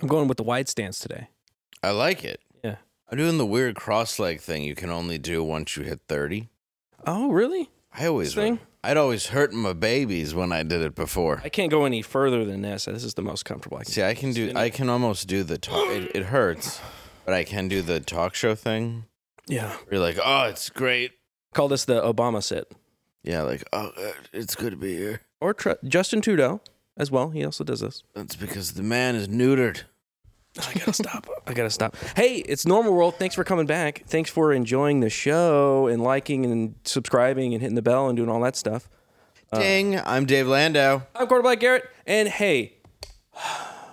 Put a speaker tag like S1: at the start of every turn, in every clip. S1: I'm going with the wide stance today.
S2: I like it.
S1: Yeah.
S2: I'm doing the weird cross leg thing you can only do once you hit 30.
S1: Oh, really?
S2: I always,
S1: Thing?
S2: I'd always hurt my babies when I did it before.
S1: I can't go any further than this. This is the most comfortable I can.
S2: See, I can do, I can almost do the talk. It, it hurts, but I can do the talk show thing.
S1: Yeah.
S2: You're like, oh, it's great.
S1: Call this the Obama sit.
S2: Yeah, like, oh, uh, it's good to be here.
S1: Or tr- Justin Trudeau as well. He also does this.
S2: That's because the man is neutered.
S1: I gotta stop. I gotta stop. Hey, it's Normal World. Thanks for coming back. Thanks for enjoying the show and liking and subscribing and hitting the bell and doing all that stuff. Uh,
S2: Ding. I'm Dave Landau.
S1: I'm quarterback Garrett, and hey,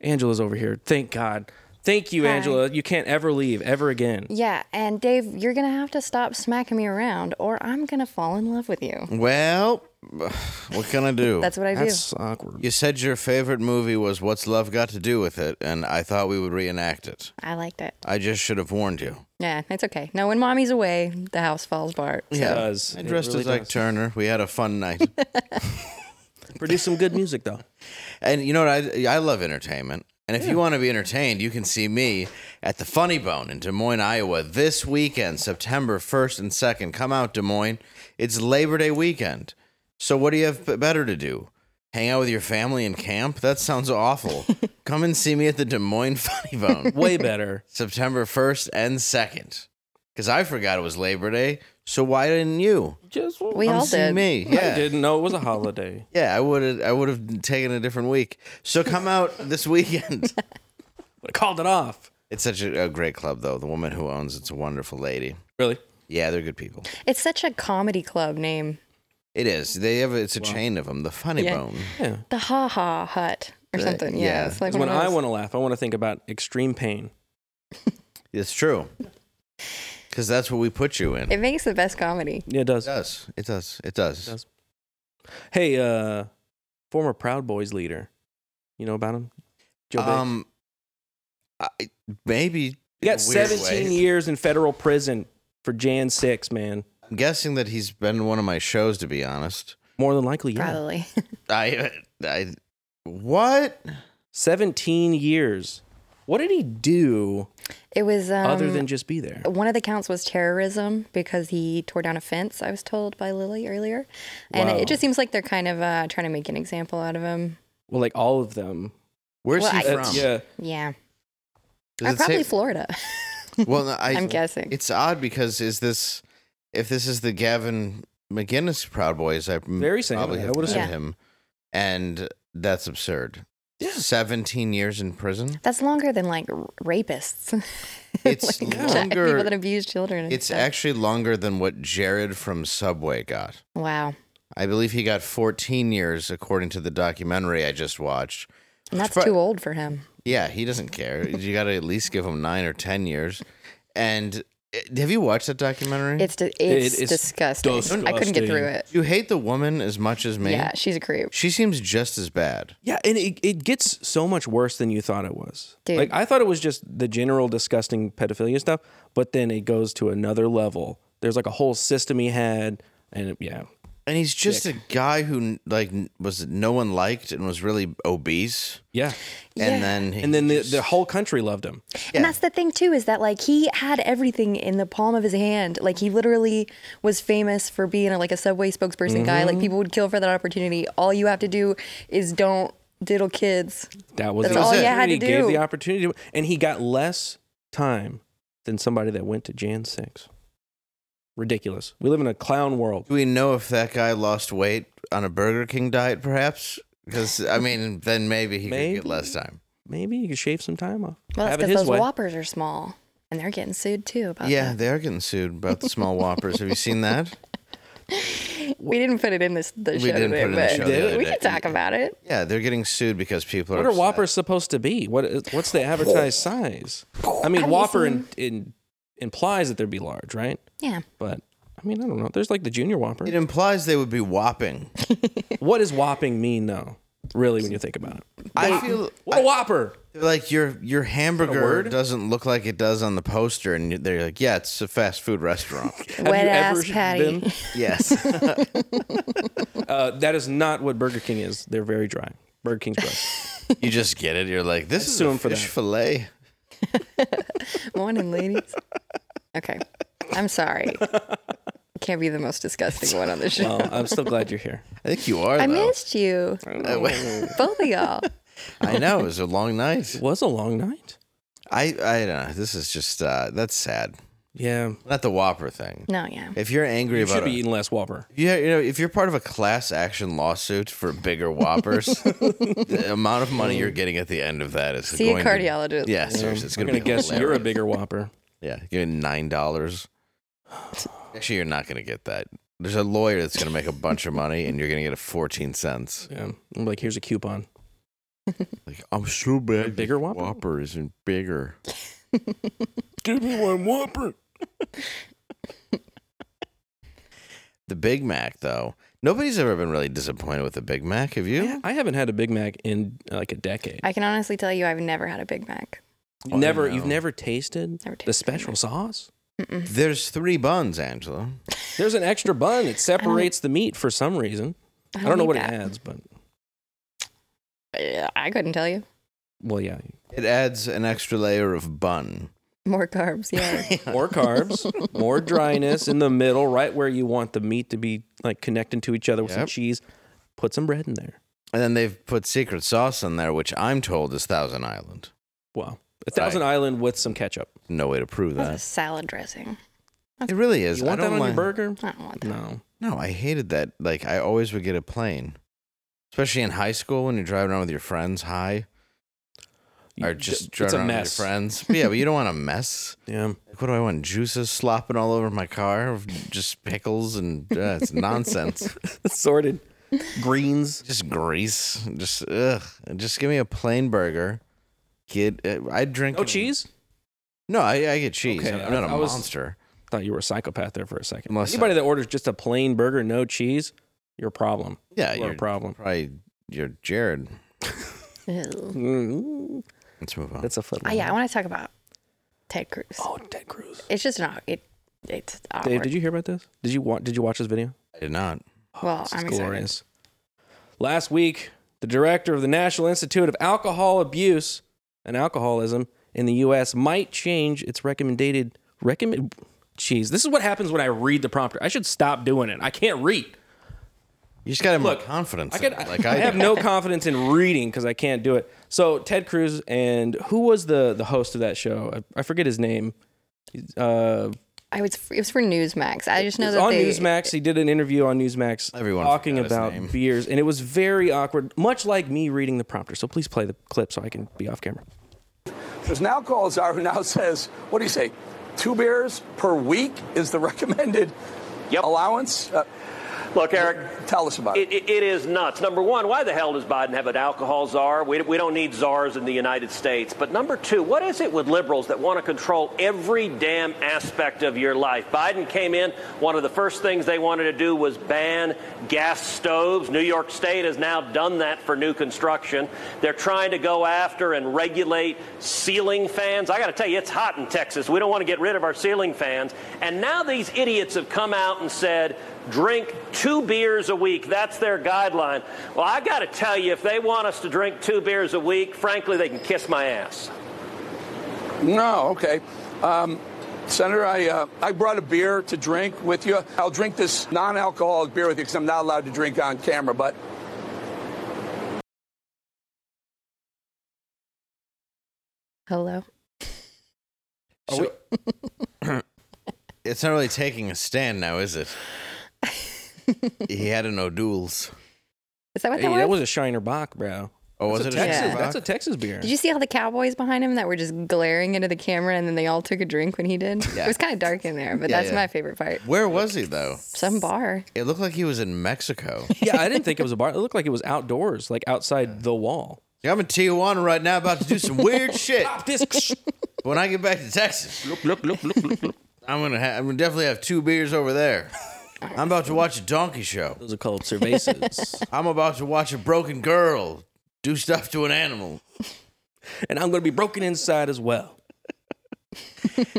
S1: Angela's over here. Thank God. Thank you,
S3: Hi.
S1: Angela. You can't ever leave ever again.
S3: Yeah, and Dave, you're gonna have to stop smacking me around, or I'm gonna fall in love with you.
S2: Well, what can I do?
S3: That's what I do.
S1: That's awkward.
S2: you said your favorite movie was What's Love Got to Do with It, and I thought we would reenact it.
S3: I liked it.
S2: I just should have warned you.
S3: Yeah, it's okay. No, when mommy's away, the house falls apart.
S2: Yeah,
S1: does.
S2: I
S1: It
S2: dressed
S1: really
S2: as Ike
S1: does.
S2: Turner. We had a fun night,
S1: Produce some good music though.
S2: and you know what? I I love entertainment. And if you want to be entertained, you can see me at the Funny Bone in Des Moines, Iowa, this weekend, September first and second. Come out, Des Moines. It's Labor Day weekend. So what do you have b- better to do? Hang out with your family and camp? That sounds awful. Come and see me at the Des Moines Funny Bone.
S1: Way better.
S2: September 1st and 2nd. Because I forgot it was Labor Day. So why didn't you?
S1: Just
S3: We
S2: Come
S3: all
S2: see
S3: did.
S2: me. Yeah.
S1: I didn't know it was a holiday.
S2: Yeah, I would have I would have taken a different week. So come out this weekend.
S1: I called it off.
S2: it's such a, a great club though. The woman who owns it's a wonderful lady.
S1: Really?
S2: Yeah, they're good people.
S3: It's such a comedy club name.
S2: It is. They have it's a chain of them. The Funny
S3: Yeah.
S2: Bone.
S1: Yeah.
S3: The Ha Ha Hut or
S2: Uh,
S3: something. Yeah,
S2: yeah.
S3: it's like
S1: 'Cause
S3: one
S1: when
S3: of
S1: I
S3: those.
S1: want to laugh, I want to think about extreme pain.
S2: It's true. Cuz that's what we put you in. It
S3: It makes the best comedy.
S1: Yeah, it does.
S2: does. It does. It does.
S1: It does. Hey, uh, former Proud Boys leader. You know about him? Joe Biggs.
S2: um I, maybe
S1: He got
S2: in a weird
S1: 17
S2: way.
S1: years in federal prison for Jan 6, man.
S2: I'm guessing that he's been in one of my shows, to be honest.
S1: More than likely, yeah.
S3: Probably.
S2: I, I, what?
S1: 17 years. What did he do
S3: it was um,
S1: other than just be there?
S3: one of the counts was terrorism because he tore down a fence. I was told by Lily earlier, and
S1: Wow.
S3: it just seems like they're kind of uh, trying to make an example out of him.
S1: Well, like all of them.
S2: Where's
S3: Well,
S2: he
S3: I-
S2: from?
S1: That's- yeah.
S3: Yeah,
S2: Does
S3: Uh,
S2: it
S3: probably
S2: say-
S3: Florida.
S2: well, no, I,
S3: I'm guessing.
S2: It's odd because is this, if this is the Gavin McGinnis Proud Boys, I m-
S1: Very same.
S2: probably
S1: I
S2: have
S1: would've
S2: met
S3: said-
S2: him, and that's absurd.
S1: Yeah.
S2: Seventeen years in prison.
S3: That's longer than like r- rapists.
S2: It's
S3: Like,
S2: longer.
S3: Oh People that abuse children. and
S2: It's
S3: stuff.
S2: actually longer than what Jared from Subway got.
S3: wow.
S2: I believe he got 14 years, according to the documentary I just watched.
S3: And that's
S2: But-
S3: too old for him.
S2: Yeah, he doesn't care. you got to at least give him nine or 10 years. And eh, have you watched that documentary?
S3: It's di- it's
S1: is
S3: disgusting. I couldn't get through
S1: disgusting.
S3: it.
S2: you hate the woman as much as me.
S3: Yeah, she's a creep.
S2: She seems just as bad.
S1: Yeah, and it, it gets so much worse than you thought it was.
S3: Dude.
S1: Like I thought it was just the general disgusting pedophilia stuff, but then it goes to another level. There's like a whole system he had, and it- yeah,
S2: And he's just a guy who like was no one liked and was really obese.
S1: yeah.
S3: Yeah.
S2: And then he
S1: And then the,
S2: just-
S1: the whole country loved him.
S2: Yeah.
S3: And that's the thing too is that like he had everything in the palm of his hand. Like he literally was famous for being like a subway spokesperson guy.
S1: Mm-hmm.
S3: Like people would kill for that opportunity. All you have to do is don't diddle kids.
S1: That was
S3: That's
S1: the
S2: all you
S1: opportunity.
S3: had to
S1: He gave
S3: do.
S1: the opportunity, to- and he got less time than somebody that went to Jan Six. Ridiculous. We live in a clown world.
S2: do we know if that guy lost weight on a Burger King diet perhaps? Cuz I mean, then maybe he could
S1: Maybe.
S2: get less time.
S1: Maybe you could shave some time off.
S3: Well, that's
S1: Have it
S3: because
S1: his
S3: those
S1: way.
S3: whoppers are small, and they're getting sued too about
S2: Yeah,
S3: that.
S2: they are getting sued about the small whoppers. Have you seen that?
S3: We didn't put it in this the
S2: We
S3: show
S2: didn't put
S3: today,
S2: it in the
S3: but
S2: show the other
S3: we
S2: day.
S3: can talk about it.
S2: Yeah, they're getting sued because people are.
S1: What are
S2: upset.
S1: whoppers supposed to be? What is, what's the advertised size? I mean,
S3: Have you
S1: whopper in, in, implies that they'd be large, right?
S3: Yeah.
S1: But I mean, I don't know. There's like the junior whopper.
S2: It implies they would be whopping.
S1: what does whopping mean, though? Really, when you think about it,
S2: I feel
S1: what a whopper!
S2: like your your hamburger
S1: word?
S2: doesn't look like it does on the poster, and you- they're like, yeah, it's a fast food restaurant.
S1: Have
S3: Wet
S1: you
S3: ass
S1: ever
S3: patty.
S1: been?
S2: yes,
S1: Uh, that is not what Burger King is. They're very dry. Burger King's gross.
S2: You just get it. You're like, this is
S1: sue
S2: a
S1: him for
S2: fish
S1: that.
S2: fillet.
S3: Morning, ladies. Okay. I'm sorry. Can't be the most disgusting one on the show.
S1: Well, Um, I'm still glad you're here.
S2: I think you are.
S3: I
S2: though.
S3: missed you.
S1: it
S3: Both of y'all.
S2: I know it was a long night.
S1: was a long night.
S2: I I don't know. This is just uh, that's sad.
S1: Yeah.
S2: Not the Whopper thing.
S3: No, yeah.
S2: If you're angry
S1: You
S2: about
S1: should be
S2: it,
S1: eating less Whopper.
S2: yeah, you know, if you're part of a class action lawsuit for bigger whoppers, the amount of money you're getting at the end of that is
S3: See a
S2: going to-
S3: cardiologist.
S2: yeah, seriously, it's
S1: I'm
S2: going to
S1: gonna
S2: be
S1: guess
S2: hilarious.
S1: you're a bigger Whopper.
S2: Yeah, you're nine dollars. Actually, you're not going to get that. There's a lawyer that's going to make a bunch of money, and you're going to get a fourteen cents.
S1: Yeah. I'm like, here's a coupon.
S2: Like I'm so bad.
S1: bigger Whopper?
S2: Whopper isn't bigger.
S1: Give me one Whopper.
S2: The Big Mac, though, nobody's ever been really disappointed with the Big Mac. Have you?
S1: I haven't had a Big Mac in uh, like a decade.
S3: I can honestly tell you I've never had a Big Mac.
S1: You've
S2: Oh,
S1: never,
S2: no.
S1: you've never tasted
S3: Never tasted
S1: the
S3: Big
S1: special
S3: Mac.
S1: sauce.
S3: Mm-mm.
S2: There's three buns, Angela.
S1: There's an extra bun. It separates the meat for some reason. I don't know
S3: need
S1: what
S3: that.
S1: it adds, but
S3: Yeah, I couldn't tell you.
S1: well, yeah,
S2: It adds an extra layer of bun.
S3: More carbs, yeah.
S1: more carbs, more dryness in the middle, right where you want the meat to be like connecting to each other with some
S2: Yep.
S1: cheese. Put some bread in there.
S2: And then they've put secret sauce in there, which I'm told is Thousand Island.
S1: Wow, a Thousand Island with some ketchup.
S2: No way to prove
S3: That's a
S2: that.
S3: salad dressing.
S2: It really is.
S1: You want
S2: I
S1: that
S2: don't
S1: on your
S2: like-
S1: burger?
S3: I don't want that.
S1: No.
S2: No, I hated that. Like I always would get a plain, especially in high school when you're driving around with your friends high, or
S1: You-
S2: just
S1: it's
S2: driving
S1: a
S2: around
S1: mess.
S2: with your friends. But yeah, but you don't want a mess.
S1: Yeah.
S2: Like, what do I want? Juices slopping all over my car, of just pickles and uh, it's nonsense.
S1: Sorted. Greens.
S2: just grease. Just ugh. Just give me a plain burger. Get uh, I drink
S1: No Oh, cheese?
S2: No, I, I get cheese.
S1: Okay,
S2: I'm not a
S1: I- I was-
S2: monster.
S1: Thought you were a psychopath there for a second.
S2: Unless-
S1: Anybody that orders just a plain burger, no cheese, you're a problem.
S2: Yeah,
S1: You're
S2: you're
S1: a problem.
S2: probably you're Jared.
S3: Ew.
S1: Mm,
S2: Let's move on.
S1: That's a flip.
S3: Oh, yeah, I want to talk about Ted Cruz.
S1: Oh, Ted Cruz.
S3: It's just not. It, it's awkward.
S1: Dave, did you hear about this? Did you watch? Did you watch this video?
S2: I did not.
S3: Well,
S1: It's
S3: I'm excited.
S1: glorious. Last week, the director of the National Institute of Alcohol Abuse and Alcoholism in the U.S. might change its recommended recommend. Jeez, this is what happens when I read the prompter. I should stop doing it. I can't read.
S2: You just got to more
S1: Look,
S2: confidence.
S1: I
S2: in
S1: could,
S2: it, like
S1: I,
S2: I,
S1: have
S2: do.
S1: no confidence in reading because I can't do it. So Ted Cruz and who was the the host of that show? I, I forget his name. He's, Uh,
S3: I was. It was for Newsmax. I just know
S1: it's
S3: that
S1: on
S3: they.
S1: Newsmax. He did an interview on Newsmax
S2: Everyone
S1: talking
S2: forgot his name.
S1: about beers, and it was very awkward, much like me reading the prompter. So please play the clip so I can be off camera.
S4: There's an alcohol czar who now says, what do you say, two beers per week is the recommended
S5: Yep.
S4: allowance? Uh,
S5: Look, Eric,
S4: tell us about it.
S5: it, it, it is nuts. Number one, why the hell does Biden have an alcohol czar? We, we don't need czars in the United States. But number two, what is it with liberals that want to control every damn aspect of your life? Biden came in, one of the first things they wanted to do was ban gas stoves. New York State has now done that for new construction. They're trying to go after and regulate ceiling fans. I got to tell you, it's hot in Texas. We don't want to get rid of our ceiling fans. And now these idiots have come out and said, drink two beers a week. That's their guideline. Well, I got to tell you, if they want us to drink two beers a week, frankly, they can kiss my ass.
S4: No, okay. Um, Senator, I, uh, I brought a beer to drink with you. I'll drink this non-alcoholic beer with you because I'm not allowed to drink on camera, but
S3: Hello.
S2: So- it's not really taking a stand now, is it? he had a no duels.
S3: Is that what
S1: Hey,
S3: that was?
S1: that was a Shiner Bach, bro.
S2: Oh, was
S1: That's
S2: it
S1: a
S2: a
S1: Texas?
S3: Shiner
S1: That's a Texas beer.
S3: Did you see all the cowboys behind him that were just glaring into the camera and then they all took a drink when he did?
S2: Yeah.
S3: It was kind of dark in there, but
S2: Yeah,
S3: that's
S2: yeah.
S3: my favorite part.
S2: Where was he though?
S3: Some bar.
S2: It looked like he was in Mexico.
S1: yeah, I didn't think it was a bar. It looked like it was outdoors, like outside the wall.
S2: I'm in Tijuana right now, about to do some weird shit.
S1: This
S2: But when I get back to Texas,
S1: look, look, look, look, look, look.
S2: I'm gonna ha- I'm gonna definitely have two beers over there. I'm about to watch a donkey show.
S1: Those are called cervezas.
S2: I'm about to watch a broken girl do stuff to an animal.
S1: and I'm going to be broken inside as well.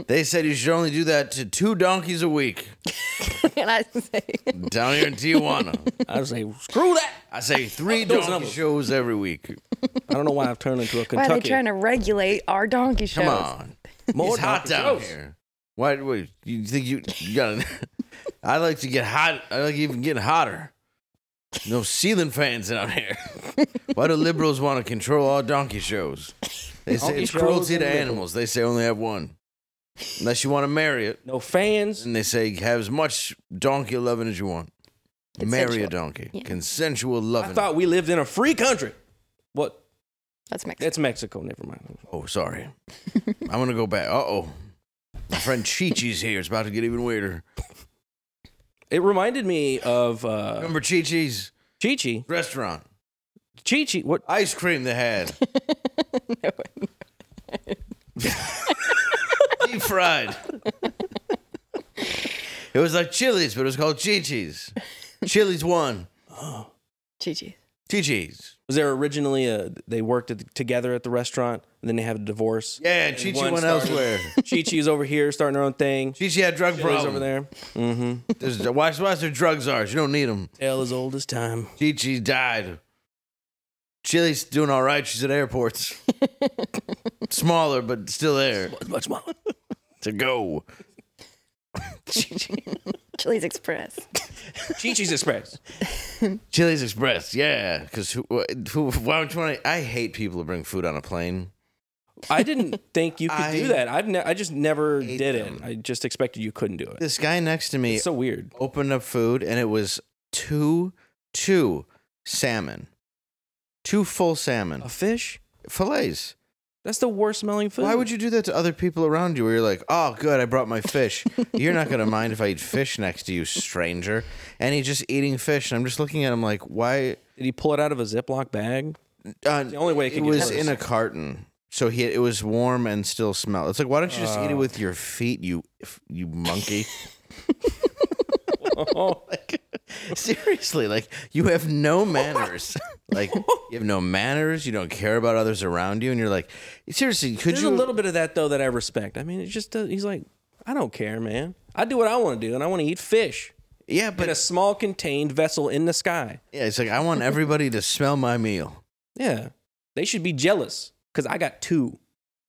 S2: They said you should only do that to two donkeys a week.
S3: and I say,
S2: down here in Tijuana.
S1: I say, screw that.
S2: I say three
S1: Those
S2: donkey
S1: numbers.
S2: shows every week.
S1: I don't know why I've turned into a
S3: why are
S1: Kentucky.
S3: they trying to regulate our donkey shows?
S2: Come on,
S1: More
S2: it's hot
S1: donkey
S2: down
S1: shows.
S2: here. Why? Wait, you think you, you got? I like to get hot. I like even getting hotter. No ceiling fans out here. Why do liberals want to control all donkey shows? They say
S1: Donkey
S2: it's
S1: shows
S2: cruelty
S1: and
S2: to
S1: liberals.
S2: animals. They say only have one, unless you want to marry it.
S1: No fans.
S2: And they say have as much donkey loving as you want. Marry a
S3: Consensual.
S2: donkey.
S3: Yeah.
S2: Consensual
S1: I
S2: loving.
S1: thought we lived in a free country. What?
S3: That's Mexico.
S1: That's Mexico. Never mind.
S2: Oh, sorry. I'm gonna go back. Uh oh. My friend Chi-Chi's here. It's about to get even weirder.
S1: It reminded me of uh,
S2: Remember Chi-Chi's
S1: Chichi.
S2: restaurant?
S1: Chichi. What?
S2: Ice cream they had. Deep fried. It was like Chili's, but it was called Chi-Chi's. Chili's one.
S3: Chi-Chi.
S2: Chi-Chi's.
S1: Was there originally a? They worked at, together at the restaurant, and then they had a divorce.
S2: Yeah, and Chi-Chi
S1: one
S2: went
S1: started-
S2: elsewhere.
S1: Chichi's over here starting her own thing.
S2: Chi-Chi had drug
S1: Chichi's
S2: problems.
S1: over there.
S2: There's, watch, watch their drugs are. You don't need them.
S1: Tale as old as time.
S2: Chi-Chi died. Chili's doing all right. She's at airports. Smaller, but still there.
S1: Much smaller.
S2: to go.
S3: Chili's Express.
S1: Chichi's Express.
S2: Chili's Express, yeah. Because who, who, why would you want to? I hate people who bring food on a plane.
S1: I didn't think you could
S2: I
S1: do that. I'd ne- I just never
S2: hate
S1: did
S2: them.
S1: it. I just expected you couldn't do it.
S2: This guy next to me
S1: It's so weird.
S2: opened up food, and it was two, two salmon, two full salmon
S1: A fish?
S2: fillets.
S1: That's the worst smelling food.
S2: Why would you do that to other people around you? Where you're like, "Oh, good, I brought my fish." you're not gonna mind if I eat fish next to you, stranger. And he's just eating fish, and I'm just looking at him like, "Why?"
S1: Did he pull it out of a Ziploc bag?
S2: Uh,
S1: the only way it
S2: it
S1: can get
S2: was
S1: worse.
S2: in a carton, so he it was warm and still smelled. It's like why don't you just eat
S1: Uh.
S2: it with your feet, you f- you monkey?
S1: Oh,
S2: Seriously, like you have no manners. like you have no manners. You don't care about others around you, and you're like, seriously, could
S1: there's
S2: you?
S1: a little bit of that though that I respect. I mean, it's just uh, he's like, I don't care, man. I do what I want to do, and I want to eat fish
S2: yeah,
S1: in
S2: but
S1: a small contained vessel in the sky.
S2: yeah, it's like I want everybody to smell my meal.
S1: Yeah, they should be jealous because I got two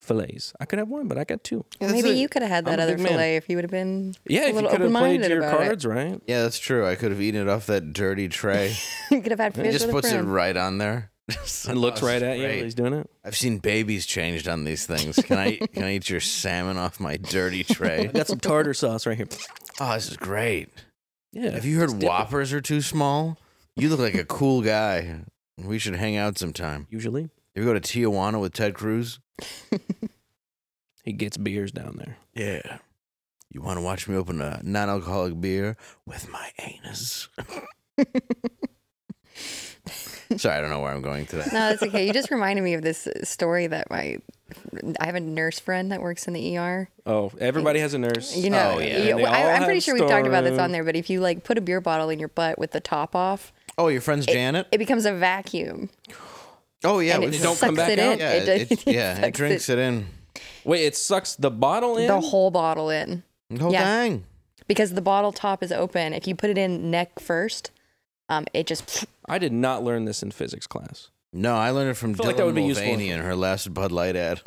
S1: fillets. I could have one, but I got two.
S3: Well,
S2: That's
S3: maybe
S2: it.
S3: you could have had
S1: I'm
S3: that
S1: a
S3: other
S1: big man.
S3: fillet if you would have been
S1: Yeah,
S3: a
S1: if you
S3: little
S1: could have played
S3: open-minded
S1: to your
S3: about it.
S1: cards right.
S2: Yeah, that's true. I could have eaten it off that dirty tray.
S3: you could have had
S2: He
S3: fish
S2: just
S3: with
S2: puts
S3: a
S2: it
S3: friend.
S2: right on there.
S1: And looks
S2: Oh,
S1: right
S2: this
S1: at
S2: is
S1: you.
S2: great.
S1: While he's doing it.
S2: I've seen babies changed on these things. Can I can I eat your salmon off my dirty tray?
S1: I got some tartar sauce right here.
S2: Oh, this is great.
S1: Yeah.
S2: Have you heard
S1: Just dip it.
S2: whoppers are too small? You look like a cool guy. We should hang out sometime.
S1: Usually,
S2: You go to Tijuana with Ted Cruz?
S1: he gets beers down there.
S2: Yeah. You want to watch me open a non-alcoholic beer with my anus? Sorry, I don't know where I'm going today.
S3: No, that's okay. You just reminded me of this story that my I have a nurse friend that works in the ER.
S1: Oh, everybody has a nurse.
S3: You know,
S2: Oh, yeah.
S3: you-
S1: And they
S3: I,
S1: all
S3: am pretty
S1: have
S3: sure we've talked about this
S1: stories.
S3: on there. But if you like put a beer bottle in your butt with the top off,
S2: Oh, your friend's Janet?
S3: it becomes a vacuum.
S2: oh yeah,
S3: and
S2: we
S3: it
S2: did-
S1: don't
S3: sucks
S1: come back
S3: it
S1: out?
S3: in.
S2: yeah,
S3: it,
S2: it,
S3: just-
S2: yeah, it
S3: sucks
S2: drinks it, in
S1: Wait, it sucks the bottle in.
S3: the whole bottle in
S2: the whole
S3: Yeah.
S2: thing.
S3: because the bottle top is open. If you put it in neck first, um, it just
S1: I did not learn this in physics class.
S2: No, I learned it from
S1: feel
S2: Dylan
S1: like that would be useful.
S2: Mulvaney in her last Bud Light ad.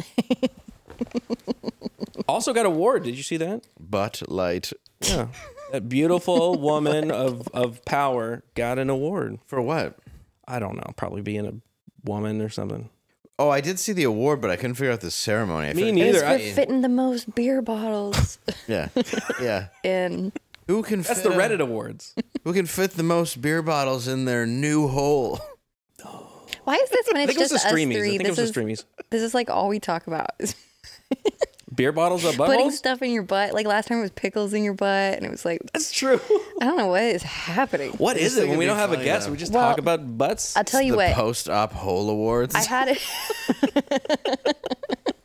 S1: Also got a award. Did you see that?
S2: Butt Light
S1: Yeah. that beautiful woman of of power got an award.
S2: for what?
S1: I don't know. Probably being a woman or something.
S2: Oh, I did see the award, but I couldn't figure out the ceremony. I
S1: Me
S2: feel-
S1: neither.
S3: We're
S1: I,
S3: fitting the most beer bottles
S2: Yeah, yeah.
S3: in.
S2: Who can?
S1: that's the
S2: fit a-
S1: Reddit awards.
S2: Who can fit the most beer bottles in their new hole?
S3: Why is this when
S1: I
S3: it's
S1: think it was
S3: just
S1: the
S3: us three?
S1: streamies. I think it
S3: this
S1: was the
S3: is
S1: streamies.
S3: this is like all we talk about. is
S1: Beer bottles of
S3: Putting
S1: buttholes.
S3: stuff in your butt. Like last time it was pickles in your butt, and it was like
S1: That's true.
S3: I don't know what is happening.
S1: What is it
S2: thing
S1: when
S2: would
S1: we
S2: be
S1: don't have a
S2: funny,
S1: guest?
S2: though.
S1: We just
S3: Well,
S1: talk about butts.
S3: I'll tell you
S2: the
S3: what.
S2: post-op hole awards.
S3: I had it.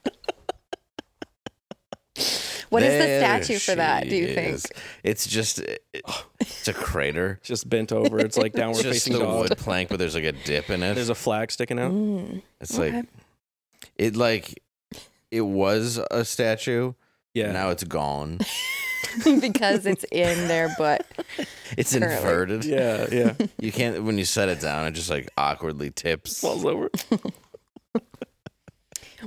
S3: What is
S2: There
S3: the statue for that? Do you
S2: she
S3: think?
S2: is. It's just it- it's a crater.
S1: just bent over. It's like downward
S2: It's just
S1: facing
S2: the
S1: dog.
S2: wood plank, but there's like a dip in it.
S1: There's a flag sticking out.
S3: Mm.
S2: it's like it like it was a statue.
S1: Yeah.
S2: Now it's gone.
S3: because it's in their butt.
S2: It's
S3: Currently.
S2: inverted.
S1: Yeah, yeah.
S2: You can't when you set it down. It just like awkwardly tips.
S1: Falls over.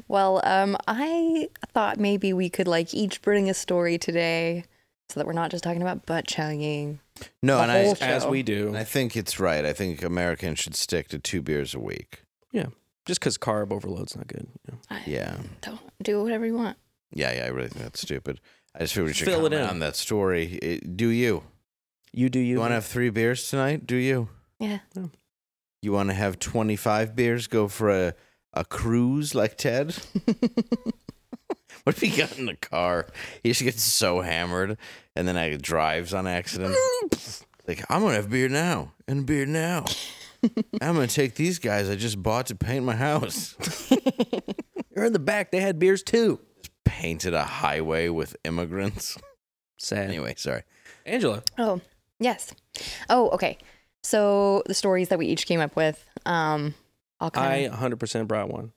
S3: Well, um, I thought maybe we could like each bring a story today, so that we're not just talking about butt chugging.
S2: No,
S3: the
S2: and
S3: whole
S2: I,
S3: show.
S1: As we
S2: and
S1: do.
S2: I think it's right. I think Americans should stick to two beers a week.
S1: Yeah. Just because carb overload's not good. you know.
S2: Yeah,
S3: Don't do whatever you want.
S2: yeah, yeah. I really think that's stupid. I just figured we should
S1: Fill it
S2: comment
S1: in.
S2: on that story. It- do you?
S1: You do you.
S2: You want to have three beers tonight? Do you?
S3: Yeah.
S2: You want to have twenty five beers? Go for a a cruise like Ted. What if he got in the car? He just gets so hammered, and then I drives on accident. like I'm gonna have beer now and beer now. I'm gonna take these guys I just bought to paint my house.
S1: You're in the back. They had beers too.
S2: Painted a highway with immigrants.
S1: Sad.
S2: Anyway, sorry.
S1: Angela.
S3: Oh, yes. Oh, okay. So the stories that we each came up with, um, I'll
S1: I
S3: kind
S1: 100% brought one.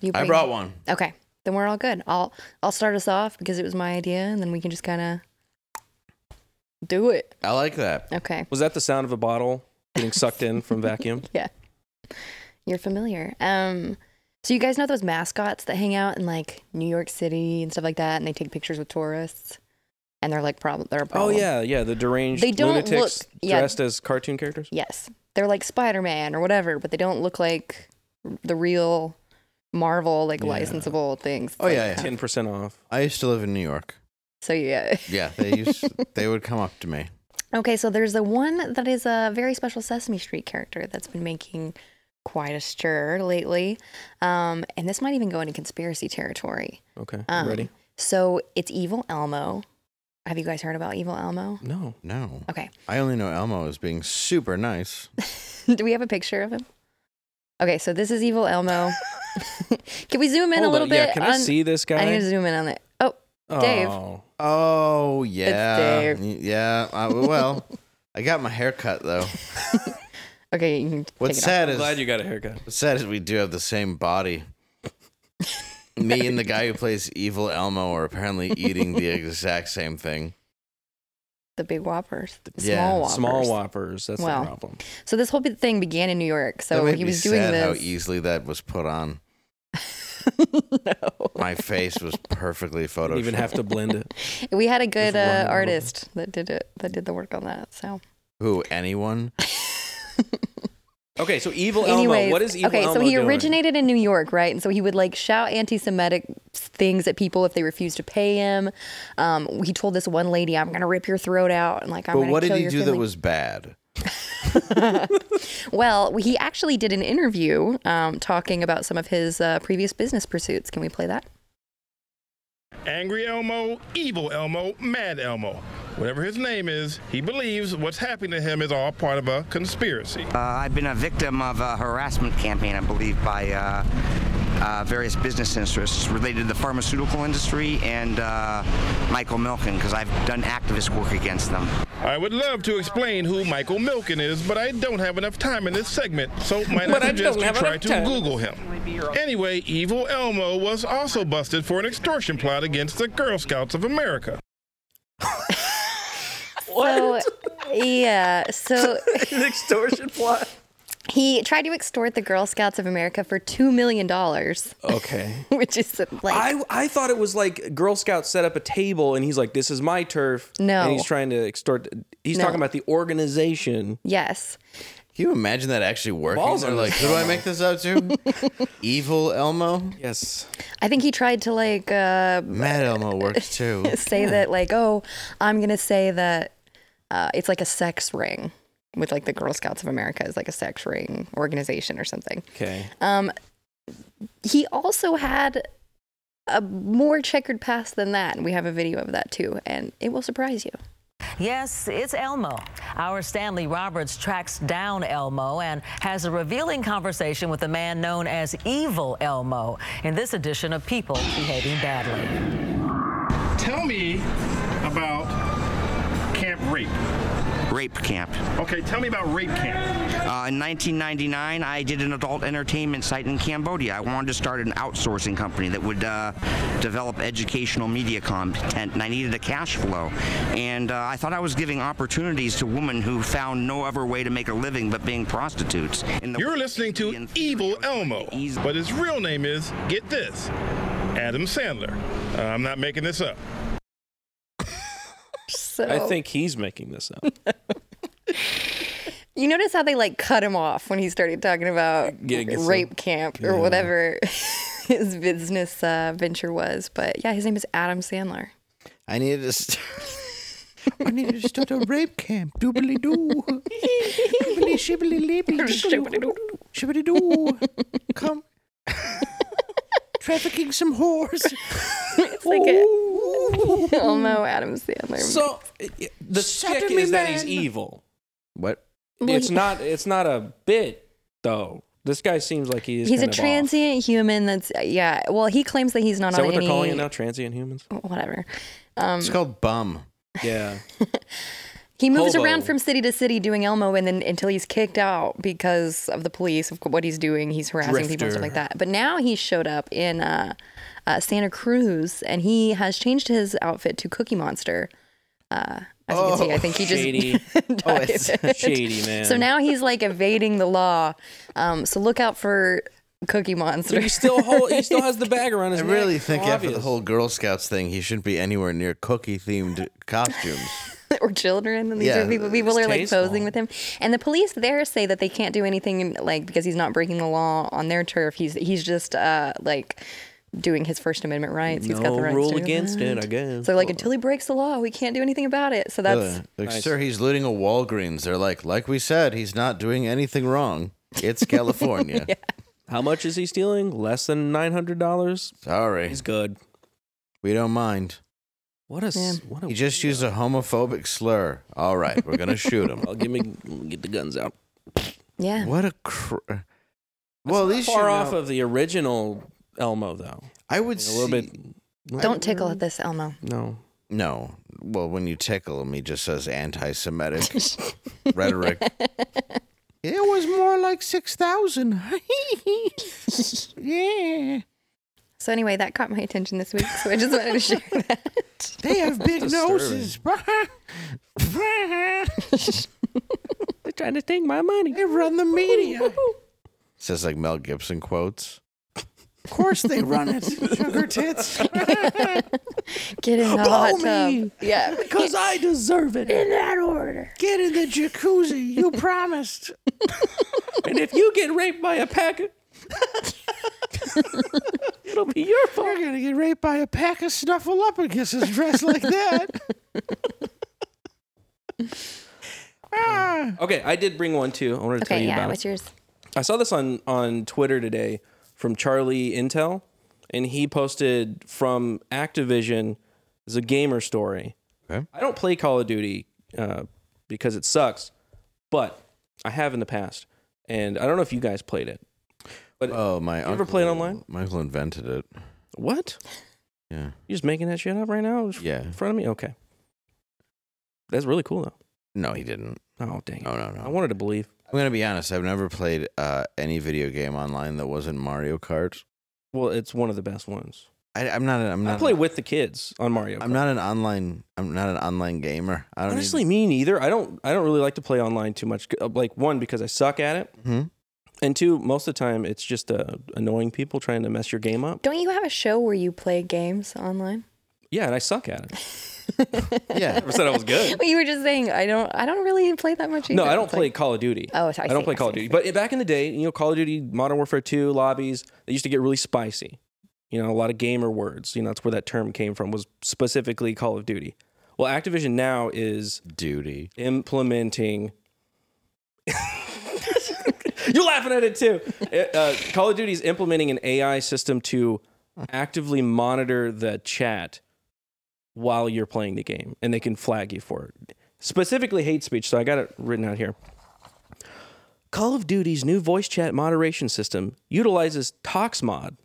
S3: you
S2: I
S3: bring-
S2: brought one.
S3: Okay, then we're all good. I'll I'll start us off because it was my idea, and then we can just kind of do it.
S2: I like that.
S3: Okay.
S1: Was that the sound of a bottle getting sucked in from vacuum?
S3: Yeah. You're familiar. Um so you guys know those mascots that hang out in like New York City and stuff like that and they take pictures with tourists and they're like problem they're a
S1: Oh
S3: problem.
S1: yeah, yeah. The deranged
S3: They don't
S1: lunatics
S3: look- yeah.
S1: dressed as cartoon characters.
S3: Yes. They're like Spider-Man or whatever, but they don't look like the real Marvel like
S1: Yeah.
S3: licensable things. uh,
S2: Oh, yeah, yeah.
S1: Ten percent off.
S2: I used to live in New York.
S3: So yeah.
S2: Yeah, they used they would come up to me.
S3: Okay, so there's the one that is a very special Sesame Street character that's been making quite a stir lately. Um, and this might even go into conspiracy territory.
S1: Okay,
S3: Um,
S1: ready?
S3: So it's Evil Elmo. Have you guys heard about Evil Elmo?
S1: No.
S2: No.
S3: Okay.
S2: I only know Elmo as being super nice.
S3: Do we have a picture of him? Okay, so this is Evil Elmo. can we zoom in
S1: Hold
S3: a little
S1: on.
S3: bit?
S1: Yeah, can I
S3: on-
S1: see this guy?
S3: I need to zoom in on it. Oh, Dave.
S1: Oh.
S2: Oh yeah,
S3: Dave.
S2: Y- yeah. I, well, I got my hair cut though.
S3: okay. You can
S2: What's
S3: take it off.
S2: sad
S1: I'm
S2: is
S1: glad you got a haircut.
S2: what's sad is we do have the same body. Me and the guy who plays Evil Elmo are apparently eating the exact same thing.
S3: The big whoppers. The
S2: Yeah,
S3: small whoppers.
S1: Small whoppers. That's
S3: Well.
S1: the problem.
S3: So this whole big thing began in New York.
S2: that
S3: So
S2: made
S3: he
S2: me
S3: was doing
S2: sad how
S3: this.
S2: easily that was put on.
S3: no.
S2: My face was perfectly photoshopped.
S1: Didn't even have to blend it.
S3: We had a good
S1: Just
S3: uh,
S1: one
S3: artist that did it. That did the work on that. So
S2: Who anyone?
S1: Okay, so evil
S3: Anyways,
S1: Elmo. What is evil
S3: okay,
S1: Elmo
S3: so he
S1: doing?
S3: originated in New York, right? And so he would like shout anti-Semitic things at people if they refused to pay him. Um, he told this one lady, "I'm gonna rip your throat out," and like, "I'm
S2: But
S3: gonna
S2: what
S3: kill
S2: did he
S3: your
S2: do that
S3: family."
S2: was bad?
S3: Well, he actually did an interview um, talking about some of his uh, previous business pursuits. Can we play that?
S6: Angry Elmo, Evil Elmo, Mad Elmo. Whatever his name is, he believes what's happening to him is all part of a conspiracy.
S7: Uh, I've been a victim of a harassment campaign, I believe, by uh, uh, various business interests related to the pharmaceutical industry and uh, Michael Milken, because I've done activist work against them.
S6: I would love to explain who Michael Milken is, but I don't have enough time in this segment, so might I
S1: But I
S6: suggest
S1: don't
S6: you
S1: have
S6: try
S1: enough
S6: to
S1: time.
S6: Google him. Anyway, Evil Elmo was also busted for an extortion plot against the Girl Scouts of America.
S1: What?
S3: So, yeah. So
S1: An extortion plot.
S3: he tried to extort the Girl Scouts of America for two million dollars,
S1: Okay.
S3: which is like
S1: I, I thought it was like Girl Scouts set up a table and he's like, this is my turf.
S3: No.
S1: And he's trying to extort. He's
S3: No.
S1: talking about the organization.
S3: yes.
S2: Can you imagine that actually working?
S1: Balls
S2: They're
S1: on
S2: like,
S1: this
S2: who do I make this out to? Evil Elmo?
S1: Yes.
S3: I think he tried to like uh,
S2: Mad Elmo works too.
S3: say that like oh i'm gonna say that uh, it's like a sex ring with like the girl scouts of america is like a sex ring organization or something
S1: Okay.
S3: um he also had a more checkered past than that and we have a video of that too and it will surprise you
S8: Yes, it's Elmo. Our Stanley Roberts tracks down Elmo and has a revealing conversation with a man known as Evil Elmo in this edition of People Behaving Badly.
S6: Tell me about Camp Rape.
S7: Rape camp.
S6: Okay, tell me about Rape Camp.
S7: Uh, Uh, in 1999, I did an adult entertainment site in Cambodia. I wanted to start an outsourcing company that would uh, develop educational media content, and I needed a cash flow. And uh, I thought I was giving opportunities to women who found no other way to make a living but being prostitutes. In the
S6: You're listening to Evil Elmo, but his real name is, get this, Adam Sandler. Uh, I'm not making this up.
S3: So
S1: I think he's making this up.
S3: you notice how they like cut him off when he started talking about
S1: Yeah, get some-
S3: rape camp or whatever his business uh, venture was. But yeah, his name is Adam Sandler.
S2: I needed to. St- I needed to start a rape camp. Doobly doo. Doobly shibbly libby.
S3: Shibbly-doo.
S2: Shibbly doo. Come. Trafficking some whores.
S3: It's like a Elmo Adam Sandler.
S1: so it- it- the stick is that he's evil.
S2: What?
S1: It's not. It's not a bit though. This guy seems like he is.
S3: he's a
S1: kind of off.
S3: transient human. That's uh, yeah. Well, he claims that he's not
S1: Is that
S3: on
S1: what
S3: any
S1: they're calling it now? Transient humans.
S3: whatever.
S2: It's
S3: Um,
S2: called bum.
S1: Yeah.
S3: He moves
S1: Hobo.
S3: around from city to city doing Elmo, and then until he's kicked out because of the police of what he's doing, he's harassing people and stuff like that. But now he showed up in uh, uh, Santa Cruz, and he has changed his outfit to Cookie Monster. Uh, as you can see, I think he just
S1: Shady.
S2: Oh, it's
S1: shady man.
S3: so now he's like evading the law. Um, so look out for Cookie Monster.
S1: He still hold, he still has the bag around his
S2: I
S1: neck.
S2: really think after the
S1: Obvious.
S2: whole Girl Scouts thing, he shouldn't be anywhere near cookie themed costumes.
S3: or children and these
S2: Yeah,
S3: are people people
S1: it's
S3: are like
S1: tasteful.
S3: posing with him and the police there say that they can't do anything like because he's not breaking the law on their turf he's he's just uh like doing his first amendment rights he's got
S1: No
S3: the rights
S1: rule
S3: to do
S1: against it, I guess.
S3: so like until he breaks the law we can't do anything about it so that's
S2: Yeah, like, sir, he's looting a Walgreens. They're like, like we said, he's not doing anything wrong. It's California.
S1: How much is he stealing? Less than nine hundred dollars.
S2: Sorry,
S1: He's good.
S2: we don't mind.
S1: What a s what a.
S2: He just used a homophobic slur. All right, we're gonna shoot him.
S1: I'll give me get the guns out.
S3: yeah
S2: What a. Cr- well, at least
S1: Far
S2: you
S1: off
S2: know-
S1: of the original Elmo though.
S2: I would
S1: A little bit.
S3: don't tickle at this elmo
S1: No.
S2: No. Well, when you tickle him, he just says anti-Semitic rhetoric. It was more like six thousand. yeah,
S3: so anyway that caught my attention this week so i just wanted to share that
S2: they have big
S1: noses. They're trying to take my money.
S2: They run the media. Says like Mel Gibson quotes. Of course they run it. Sugar tits.
S3: get in the hot tub yeah
S1: Because I deserve it. In that order.
S2: Get in the jacuzzi. You promised.
S1: And if you get raped by a packet, it'll be your fault.
S2: You're gonna get raped by a pack of snuffleupaguses dressed like that. ah.
S1: Okay, I did bring one too. I wanted to tell
S3: okay
S1: you
S3: yeah
S1: about. it.
S3: what's yours
S1: I saw this on on Twitter today from Charlie Intel, and he posted from Activision is a gamer story.
S2: Okay.
S1: I don't play Call of Duty uh, because it sucks, but I have in the past, and I don't know if you guys played it. But
S2: Oh my! You
S1: ever played online?
S2: My uncle invented it.
S1: what?
S2: Yeah.
S1: You just making that shit up right now? Just
S2: Yeah.
S1: In front of me? Okay. That's really cool though.
S2: No, he didn't.
S1: Oh dang it!
S2: No, no, no.
S1: I wanted to believe.
S2: I'm gonna be honest. I've never played uh, any video game online that wasn't Mario Kart.
S1: Well, it's one of the best ones.
S2: I, I'm not. A, I'm
S1: I
S2: not.
S1: play with the kids on Mario. Kart.
S2: I'm not an online. I'm not an online gamer. I don't
S1: Honestly, me neither. I don't. I don't really like to play online too much. Uh, Like one because I suck at it,
S2: Mhm.
S1: and two, most of the time it's just uh, annoying people trying to mess your game up.
S3: don't you have a show where you play games online
S1: Yeah, and I suck at it.
S2: Need, yeah.
S1: I said I was good.
S3: Well, you were just saying I don't I don't really play that much. Either.
S1: No, I don't
S3: It's
S1: play
S3: like-
S1: Call of Duty.
S3: Oh, I see,
S1: I don't play
S3: I
S1: Call of
S3: see, I
S1: Duty.
S3: see.
S1: But back in the day, you know, Call of Duty, Modern Warfare 2 lobbies, they used to get really spicy. You know, a lot of gamer words. You know, that's where that term came from, was specifically Call of Duty. Well, Activision now is
S2: Duty.
S1: implementing. You're laughing at it too. Uh, uh, Call of Duty is implementing an AI system to actively monitor the chat while you're playing the game, and they can flag you for it. Specifically, hate speech. So I got it written out here. Call of Duty's new voice chat moderation system utilizes ToxMod,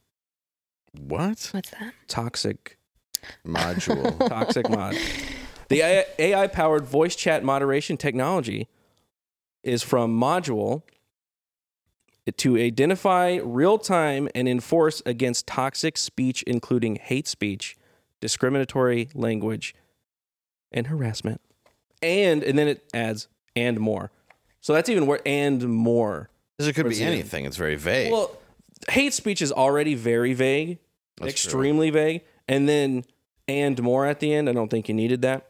S2: What
S3: What's that?
S1: toxic
S2: module?
S1: toxic mod. The AI powered voice chat moderation technology is from Module, to identify real time and enforce against toxic speech, including hate speech, discriminatory language, and harassment. And and then it adds and more. So that's even where and more.
S2: Because it could
S1: What's
S2: be
S1: the-
S2: anything. It's very vague.
S1: Well, hate speech is already very vague,
S2: That's
S1: extremely vague, and then and more at the end. I don't think you needed that.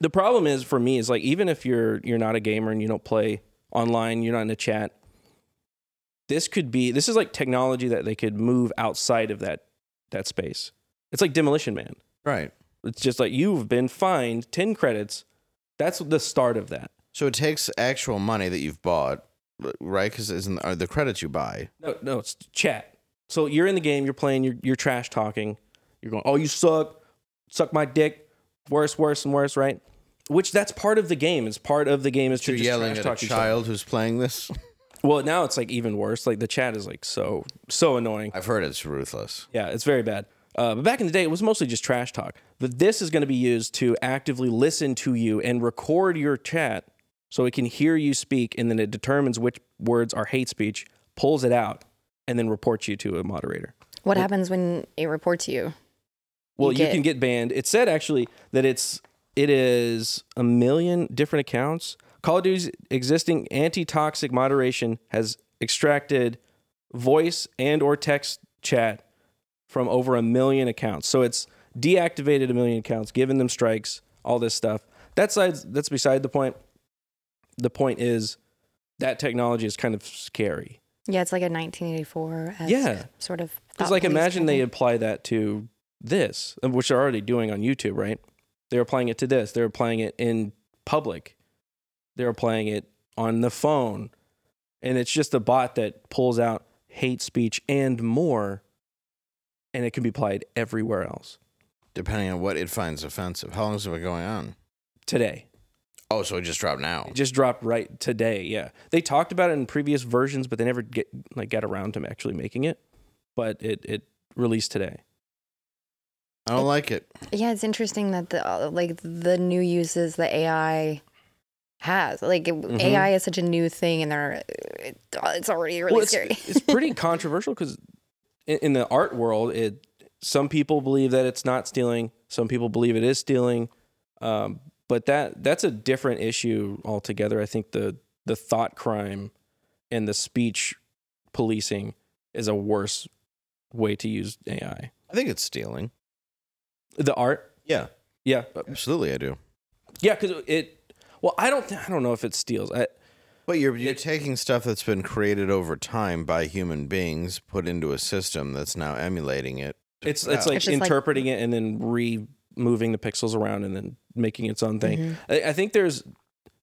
S1: The problem is for me is like even if you're you're not a gamer and you don't play online, you're not in a chat. This could be this is like technology that they could move outside of that that space. It's like Demolition Man.
S2: right.
S1: It's just like you've been fined 10 credits. That's the start of that.
S2: So it takes actual money that you've bought, right? Because isn't are the credits you buy?
S1: No, no, it's chat. So you're in the game, you're playing, you're, you're trash talking. You're going, oh, you suck, suck my dick, worse, worse, and worse, right? Which that's part of the game. It's part of the game is to
S2: You're
S1: just
S2: yelling
S1: trash
S2: at
S1: talk
S2: a
S1: each other.
S2: child who's playing this.
S1: Well, now it's like even worse. Like the chat is like so so annoying.
S2: I've heard it's ruthless.
S1: Yeah, it's very bad. Uh, but back in the day, it was mostly just trash talk. But this is going to be used to actively listen to you and record your chat so it can hear you speak and then it determines which words are hate speech, pulls it out, and then reports you to a moderator.
S3: What happens when it reports you?
S1: Well, you,
S3: get-
S1: can get banned. It said actually that it's it is a million different accounts. Call of Duty's existing anti-toxic moderation has extracted voice and or text chat from over a million accounts. So it's deactivated a million accounts, given them strikes, all this stuff. That's sides that's beside the point. The point is that technology is kind of scary.
S3: Yeah, it's like a 1984. As
S1: Yeah.
S3: sort of.
S1: Because
S3: thought
S1: like
S3: police
S1: imagine
S3: kind of
S1: they
S3: thing.
S1: apply that to this, uh, which they're already doing on YouTube, right? They're applying it to this. They're applying it in public. They're applying it on the phone. And it's just a bot that pulls out hate speech and more. And it can be applied everywhere else.
S2: Depending on what it finds offensive. How long has it been going on?
S1: Today.
S2: Oh, so it just dropped now.
S1: It just dropped right today. Yeah. They talked about it in previous versions, but they never get like got around to actually making it. But it it released today.
S2: I don't like it.
S3: Yeah, it's interesting that the uh, like the new uses that AI has. Like it-
S1: Mm-hmm.
S3: AI is such a new thing, and they're it, it's already really
S1: it's,
S3: scary.
S1: it's pretty controversial because in, in the art world, it some people believe that it's not stealing, some people believe it is stealing, um, but that that's a different issue altogether. I think the the thought crime and the speech policing is a worse way to use AI.
S2: I think it's stealing.
S1: The art,
S2: Yeah,
S1: yeah,
S2: absolutely, I do.
S1: yeah, because it. Well, I don't. I don't know if it steals. I,
S2: But you're you're taking stuff that's been created over time by human beings, put into a system that's now emulating it.
S1: It's it's
S2: Yeah.
S1: like
S3: It's just like- mm.
S1: interpreting it and then re moving the pixels around and then making its own thing.
S3: Mm-hmm.
S1: I, I think there's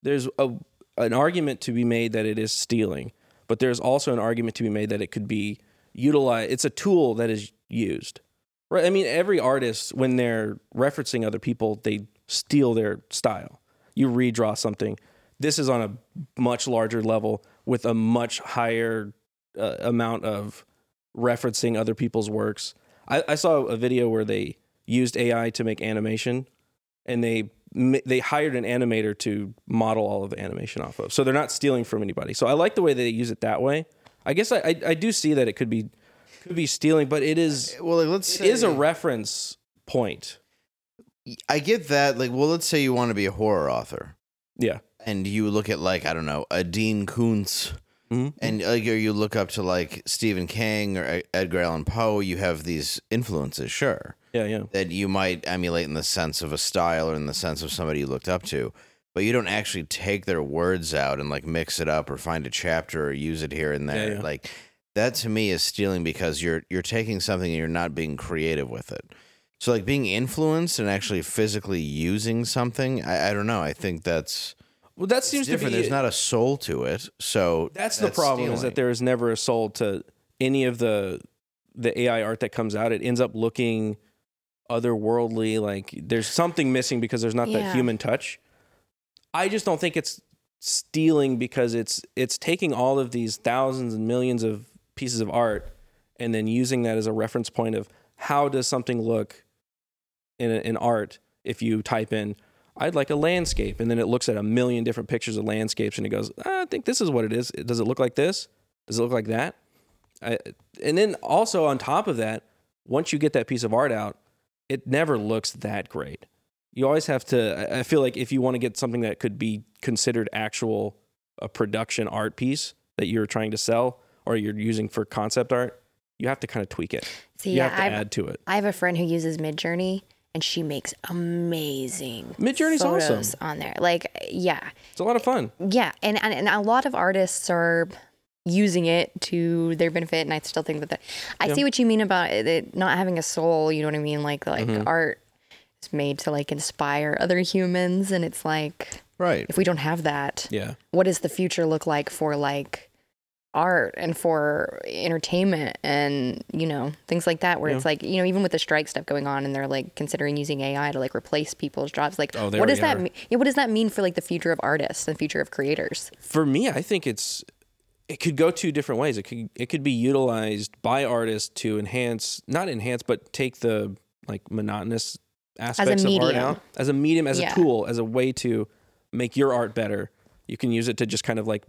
S1: there's a an argument to be made that it is stealing, but there's also an argument to be made that it could be utilized. It's a tool that is used, right? I mean, every artist when they're referencing other people, they steal their style. You redraw something. This is on a much larger level with a much higher uh, amount of referencing other people's works. I, I saw a video where they used AI to make animation, and they ma- they hired an animator to model all of the animation off of. So they're not stealing from anybody. So I like the way that they use it that way. I guess I I, I do see that it could be could be stealing, but it is
S2: Well, like, let's
S1: it is a
S2: say-
S1: reference point.
S2: I get that. Like, well, let's say you want to be a horror author,
S1: Yeah.
S2: and you look at like I don't know a Dean Koontz,
S1: Mm-hmm.
S2: and like or you look up to like Stephen King or E- Edgar Allan Poe. You have these influences, sure,
S1: Yeah, yeah.
S2: that you might emulate in the sense of a style or in the sense of somebody you looked up to, but you don't actually take their words out and like mix it up or find a chapter or use it here and there.
S1: yeah.
S2: Like that to me is stealing because you're you're taking something and you're not being creative with it. So like being influenced and actually physically using something, I, I don't know. I think that's
S1: Well, that seems to be
S2: different. There's not a soul to it. So
S1: that's the problem is that
S2: stealing.
S1: there is never a soul to any of the the AI art that comes out. It ends up looking otherworldly. Like there's something missing because there's not
S3: Yeah.
S1: that human touch. I just don't think it's stealing because it's it's taking all of these thousands and millions of pieces of art and then using that as a reference point of how does something look in, in art if you type in i'd like a landscape and then it looks at a million different pictures of landscapes and it goes i think this is what it is does it look like this Does it look like that? I, and then also on top of that, once you get that piece of art out, it never looks that great. You always have to. I- I feel like if you want to get something that could be considered actual a production art piece that you're trying to sell or you're using for concept art, you have to kind of tweak it.
S3: See,
S1: you
S3: yeah,
S1: have to
S3: I've-
S1: add to it.
S3: I have a friend who uses Midjourney, and she makes amazing
S1: Midjourney's
S3: photos
S1: awesome.
S3: on there. Like, yeah,
S1: It's a lot of fun.
S3: yeah, and, and and a lot of artists are using it to their benefit, and I still think that that I see what you mean about it, it not having a soul. You know what I mean? Like, like art is made to like inspire other humans, and it's like
S2: Right.
S3: if we don't have that,
S1: Yeah.
S3: what does the future look like for like art and for entertainment and you know things like that where it's like you know even with the strike stuff going on and they're like considering using ai to like replace people's jobs like
S1: Oh, they
S3: what does
S1: already
S3: that
S1: are.
S3: mean yeah, what does that mean for like the future of artists and future of creators
S1: for me, I think it's it could go two different ways. It could it could be utilized by artists to enhance, not enhance, but take the like monotonous aspects of art
S3: medium.
S1: out as a medium, as
S3: Yeah.
S1: a tool, as a way to make your art better. You can use it to just kind of like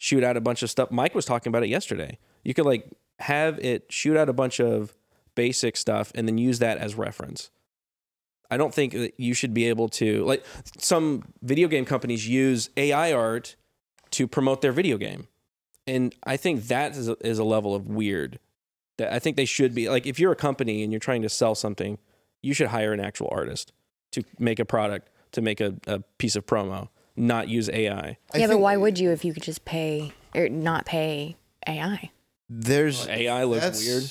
S1: shoot out a bunch of stuff. Mike was talking about it yesterday. You could like have it shoot out a bunch of basic stuff and then use that as reference. I don't think that you should be able to like some video game companies use AI art to promote their video game. And I think that is a, is a level of weird that I think they should be like if you're a company and you're trying to sell something, you should hire an actual artist to make a product, to make a, a piece of promo, not use AI.
S2: I
S3: yeah but
S2: think
S3: why would you if you could just pay or not pay ai
S2: There's
S1: AI Oh, looks weird.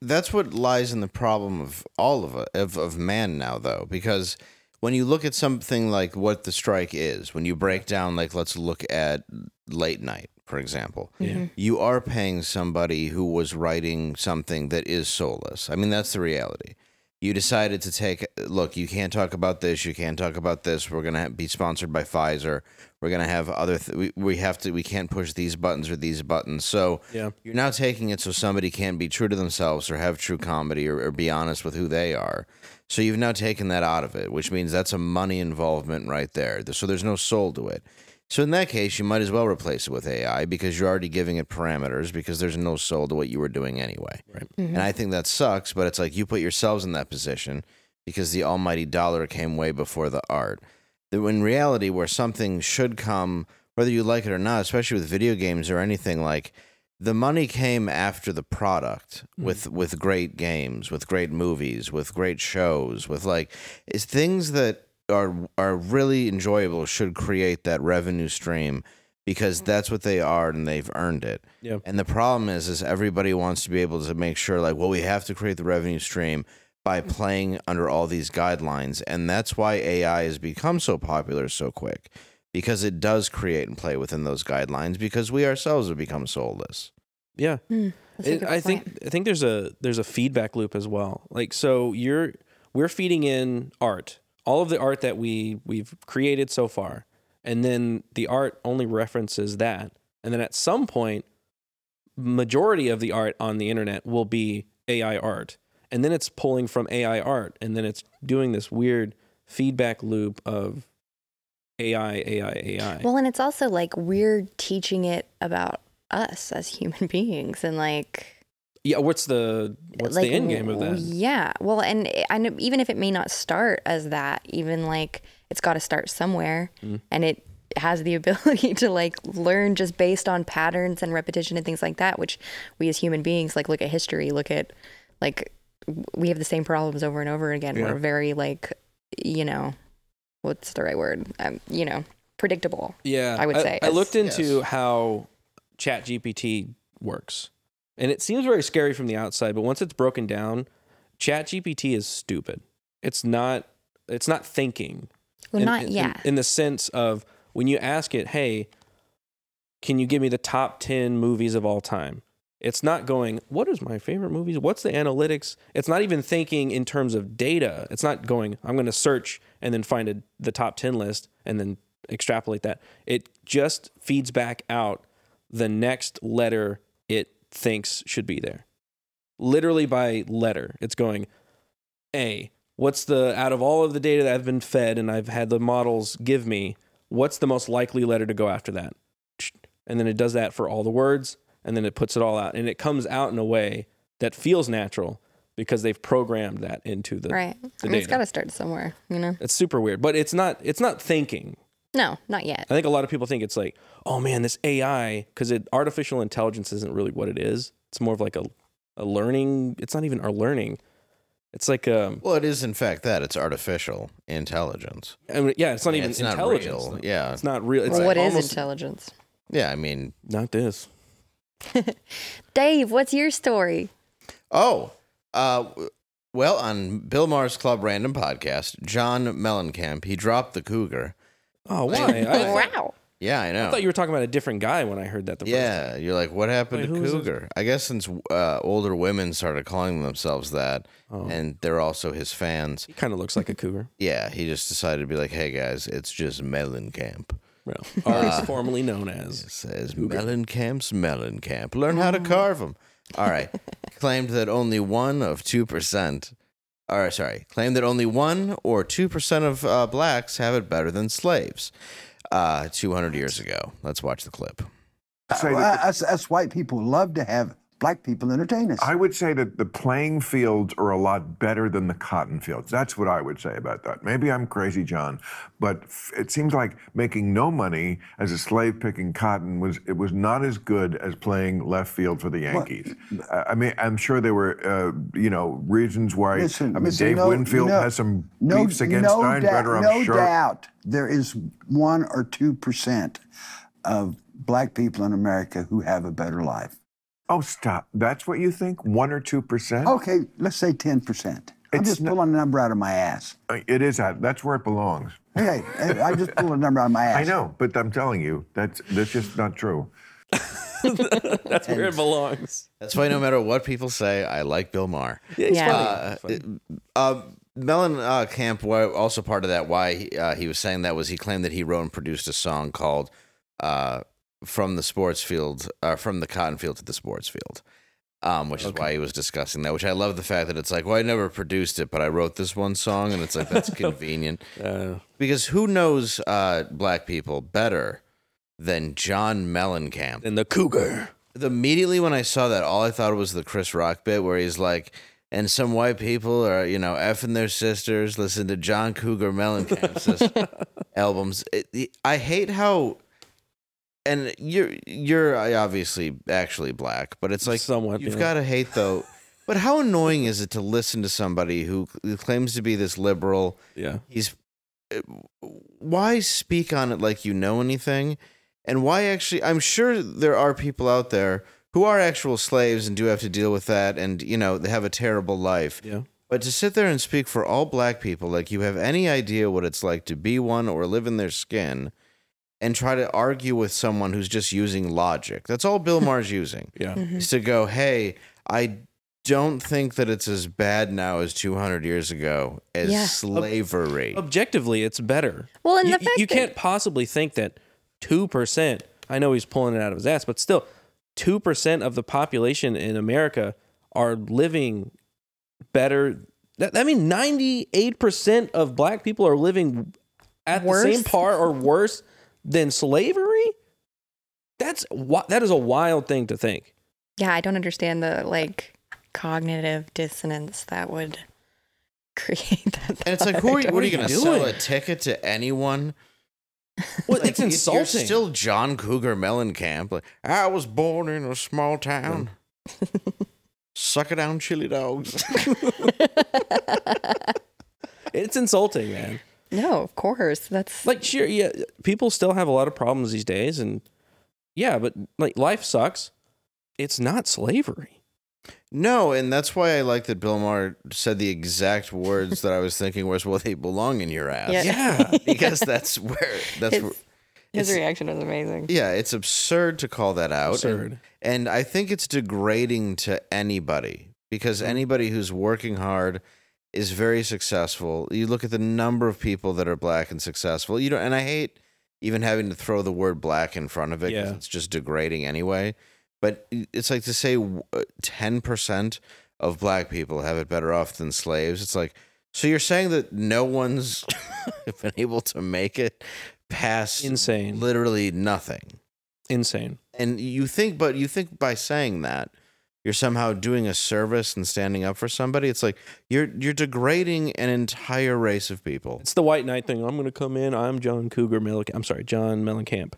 S2: That's what lies in the problem of all of of of man now, though, because when you look at something like what the strike is, when you break down, like let's look at late night, for example, you are paying somebody who was writing something that is soulless. I mean, that's the reality. You decided to take look. You can't talk about this. You can't talk about this. We're gonna be sponsored by Pfizer. We're gonna have other. Th- we, we have to. We can't push these buttons or these buttons. So
S1: Yeah.
S2: you're now taking it so somebody can be true to themselves or have true comedy or, or be honest with who they are. So you've now taken that out of it, which means that's a money involvement right there. So there's no soul to it. So in that case, you might as well replace it with AI because you're already giving it parameters because there's no soul to what you were doing anyway. Right. And I think that sucks, but it's like you put yourselves in that position because the almighty dollar came way before the art that in reality where something should come whether you like it or not especially with video games or anything like the money came after the product with with great games with great movies with great shows with like it's things that are are really enjoyable should create that revenue stream because that's what they are and they've earned it
S1: Yeah.
S2: and the problem is is everybody wants to be able to make sure like well we have to create the revenue stream by playing under all these guidelines and that's why AI has become so popular so quick because it does create and play within those guidelines because we ourselves have become soulless.
S1: Yeah.
S3: Hmm, that's a
S1: It-
S3: good
S1: I think
S3: point.
S1: I think there's a there's a feedback loop as well. Like so you're we're feeding in art, all of the art that we we've created so far, and then the art only references that, and then at some point, majority of the art on the internet will be AI art, and then it's pulling from AI art, and then it's doing this weird feedback loop of AI AI AI.
S3: well and it's also like we're teaching it about us as human beings and like
S1: yeah, what's the what's the end game of that?
S3: Yeah. Well, and I- I know even if it may not start as that, even like it's got to start somewhere,
S1: Mm-hmm.
S3: and it has the ability to like learn just based on patterns and repetition and things like that, which we as human beings like look at history, look at like w- we have the same problems over and over again.
S1: Yeah.
S3: We're very like you know what's the right word? Um, you know, predictable.
S1: Yeah,
S3: I would say
S1: I
S3: is-
S1: looked into how Chat GPT works, and it seems very scary from the outside, but once it's broken down, Chat GPT is stupid. It's not. It's not thinking.
S3: Well,
S1: in-
S3: not
S1: in-
S3: yeah.
S1: In, the sense of when you ask it, hey, can you give me the top ten movies of all time? It's not going, what is my favorite movies? What's the analytics? It's not even thinking in terms of data. It's not going, I'm going to search and then find a, the top 10 list and then extrapolate that. It just feeds back out the next letter it thinks should be there. Literally by letter, it's going, A, what's the, out of all of the data that I've been fed and I've had the models give me, what's the most likely letter to go after that? And then it does that for all the words and then it puts it all out and it comes out in a way that feels natural because they've programmed that into the
S3: Right.
S1: the
S3: I mean,
S1: data.
S3: it's got to start somewhere, you know?
S1: it's super weird, but it's not it's not thinking.
S3: No, not yet.
S1: I think a lot of people think it's like, oh man, this AI because it artificial intelligence isn't really what it is. It's more of like a a learning. It's not even our learning. It's like um,
S2: Well, it is in fact that it's artificial intelligence.
S1: I mean, yeah, it's not
S2: Yeah,
S1: even
S2: it's not
S1: intelligence.
S2: real.
S1: though.
S2: Yeah.
S1: it's not real. It's
S3: Well, what is
S1: almost-
S3: intelligence?
S2: Yeah, I mean,
S1: Not this.
S3: Dave, what's your story?
S2: oh, uh, w- well, on Bill Maher's Club Random Podcast, John Mellencamp he dropped the cougar.
S1: Oh, why? I,
S3: wow.
S2: Yeah, I know.
S1: I thought you were talking about a different guy when I heard that. The first
S2: yeah, you're like, what happened
S1: Wait,
S2: to
S1: who is this?
S2: cougar? I guess since uh, older women started calling themselves that,
S1: Oh.
S2: and they're also his fans.
S1: time. kind of looks like a cougar.
S2: Yeah, he just decided to be like, hey guys, it's just Mellencamp.
S1: Well, or
S2: Uh,
S1: it's formerly known as.
S2: says Mellencamp's Mellencamp. Learn how to carve them. All right. claimed that only one of 2%, or sorry, claimed that only one or 2% of uh, blacks have it better than slaves uh, 200 years ago. Let's watch the clip.
S9: Well, us, us white people love to have black people entertain us.
S10: I would say that the playing fields are a lot better than the cotton fields. That's what I would say about that. Maybe I'm crazy, John, but f- it seems like making no money as a slave picking cotton was it was not as good as playing left field for the Yankees. Uh, I mean, I'm sure there were uh, you know reasons why.
S9: Listen,
S10: I mean,
S9: listen,
S10: Dave
S9: no-
S10: Winfield
S9: no-
S10: has some
S9: no,
S10: beefs against
S9: no
S10: Steinbrenner.
S9: doubt-
S10: I'm
S9: no
S10: sure.
S9: doubt there is one or two percent of black people in America who have a better life.
S10: Oh, stop! That's what you think? One or two percent?
S9: Okay, let's say ten percent. I'm
S10: It's
S9: just
S10: not-
S9: pulling a number out of my ass.
S10: Uh, It is. out- That's where it belongs.
S9: Hey, I I just pulled a number out of my ass.
S10: I know, but I'm telling you, that's that's just not true.
S1: That's where it belongs.
S2: That's why no matter what people say, I like Bill Maher.
S1: Yeah, he's
S3: Yeah.
S1: funny.
S2: Uh, Melon uh, Camp, wa- also part of that, why he, uh, he was saying that was he claimed that he wrote and produced a song called uh, "From the Sports Field," uh, "From the Cotton Field to the Sports Field," um, which is why he was discussing that. Which I love the fact that it's like, well, I never produced it, but I wrote this one song, and it's like that's convenient
S1: Uh,
S2: because who knows uh, black people better than John Mellencamp?
S1: and the cougar.
S2: immediately when I saw that, all I thought was the Chris Rock bit where he's like, and some white people are, you know, effing their sisters, listen to John Cougar Mellencamp's albums. It- it- I hate how, and you're, you're obviously actually black, but it's like,
S1: Somewhat,
S2: you've
S1: yeah.
S2: got to hate though. But how annoying is it to listen to somebody who claims to be this liberal?
S1: Yeah.
S2: He's uh, why speak on it like you know anything? And why actually? I'm sure there are people out there who are actual slaves and do have to deal with that, and you know they have a terrible life.
S1: Yeah.
S2: But to sit there and speak for all black people like you have any idea what it's like to be one or live in their skin, and try to argue with someone who's just using logic. That's all Bill Maher's using
S1: Yeah.
S2: is to go, hey, I don't think that it's as bad now as 200 years ago as
S3: Yeah.
S2: slavery.
S1: Objectively, it's better.
S3: Well, and
S1: you,
S3: the fact
S1: you
S3: that-
S1: can't possibly think that two percent. I know he's pulling it out of his ass, but still, two percent of the population in America are living better. That, I mean, ninety-eight percent of Black people are living at the
S3: Worse?
S1: same par or worse than slavery. That's wi- that is a wild thing to think.
S3: Yeah, I don't understand the like cognitive dissonance that would create that.
S2: and it's like,
S3: thought.
S2: who are
S3: I
S2: you,
S3: don't
S2: what are you going to
S1: you
S2: sell
S1: doing?
S2: a ticket to anyone?
S1: Well,
S2: Like,
S1: it's
S2: if
S1: insulting.
S2: You're still John Cougar Mellencamp. Like, I was born in a small town. Suck it down, chili dogs.
S1: it's insulting, man.
S3: No, of course. That's
S1: like sure yeah people still have a lot of problems these days and yeah but like life sucks it's not slavery
S2: no, and that's why I like that Bill Maher said the exact words that I was thinking was, well, they belong in your ass.
S3: Yeah.
S1: yeah
S2: Because that's where, that's
S3: His-
S2: where,
S3: his
S2: it's-
S3: reaction was amazing.
S2: Yeah, it's absurd to call that out.
S1: Absurd.
S2: And, and I think it's degrading to anybody because
S1: Mm-hmm.
S2: anybody who's working hard is very successful. You look at the number of people that are black and successful. You know, and I hate even having to throw the word black in front of it 'cause
S1: Yeah.
S2: it's just degrading anyway. But it's like to say w- 10% of black people have it better off than slaves. It's like so you're saying that no one's been able to make it past
S1: Insane.
S2: literally nothing.
S1: Insane.
S2: and you think but you think by saying that you're somehow doing a service and standing up for somebody it's like you're you're degrading an entire race of people
S1: It's the white knight thing. I'm going to come in. I'm John Cougar Mellencamp. I'm sorry, John Mellencamp.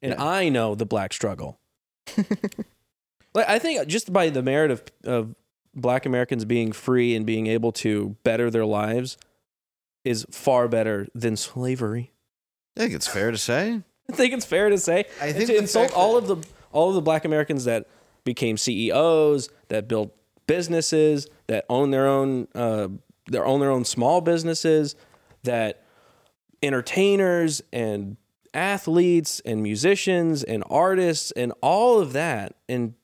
S1: And I know the black struggle. like, I think just by the merit of, of black Americans being free and being able to better their lives is far better than slavery.
S2: i think it's fair to say
S1: I think it's fair to say.
S2: I
S1: And
S2: think
S1: to
S2: the
S1: insult
S2: fact
S1: all of
S2: that-
S1: the all of the black Americans that became CEOs, that built businesses, that own their own uh, their own their own small businesses, that entertainers and athletes and musicians and artists and all of that and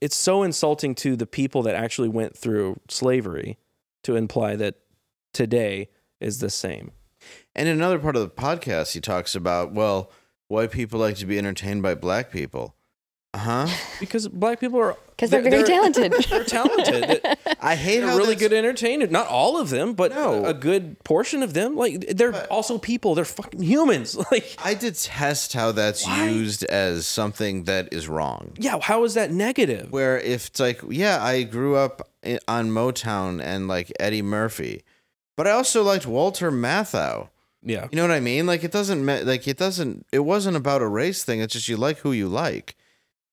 S1: it's so insulting to the people that actually went through slavery to imply that today is the same.
S2: and in another part of the podcast he talks about well white people like to be entertained by black people uh-huh
S1: Because black people are
S3: 'Cause they're very talented.
S1: They're talented.
S2: i hate
S1: they're
S2: how
S1: really
S2: that's-
S1: good entertainers. Not all of them, but
S2: No.
S1: a good portion of them. Like they're also people. They're fucking humans. Like
S2: i detest how that's used as something that is wrong
S1: yeah, how is that negative?
S2: where if it's like, yeah, I grew up i- on Motown and like Eddie Murphy, but I also liked Walter Matthau.
S1: Yeah.
S2: You know what I mean? Like it doesn't ma- like it doesn't it wasn't about a race thing. It's just you like who you like.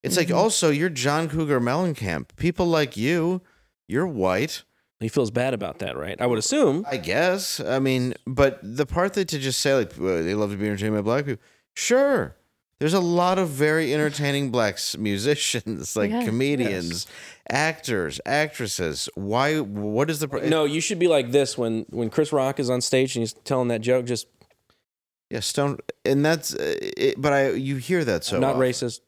S2: It's
S1: Mm-hmm.
S2: like also you're John Cougar Mellencamp. People like you. You're white,
S1: He feels bad about that, right? I would assume.
S2: I guess. I mean, but the part that to just say like "Well, they love to be entertained by black people. Sure. There's a lot of very entertaining black s- musicians, like
S3: Yeah.
S2: comedians, actors, actresses. Why? What is the pro-
S1: No, you should be like this when when Chris Rock is on stage and he's telling that joke. Just
S2: Yeah, Stone, and that's. uh, It, but I, you hear that so
S1: not
S2: often.
S1: racist.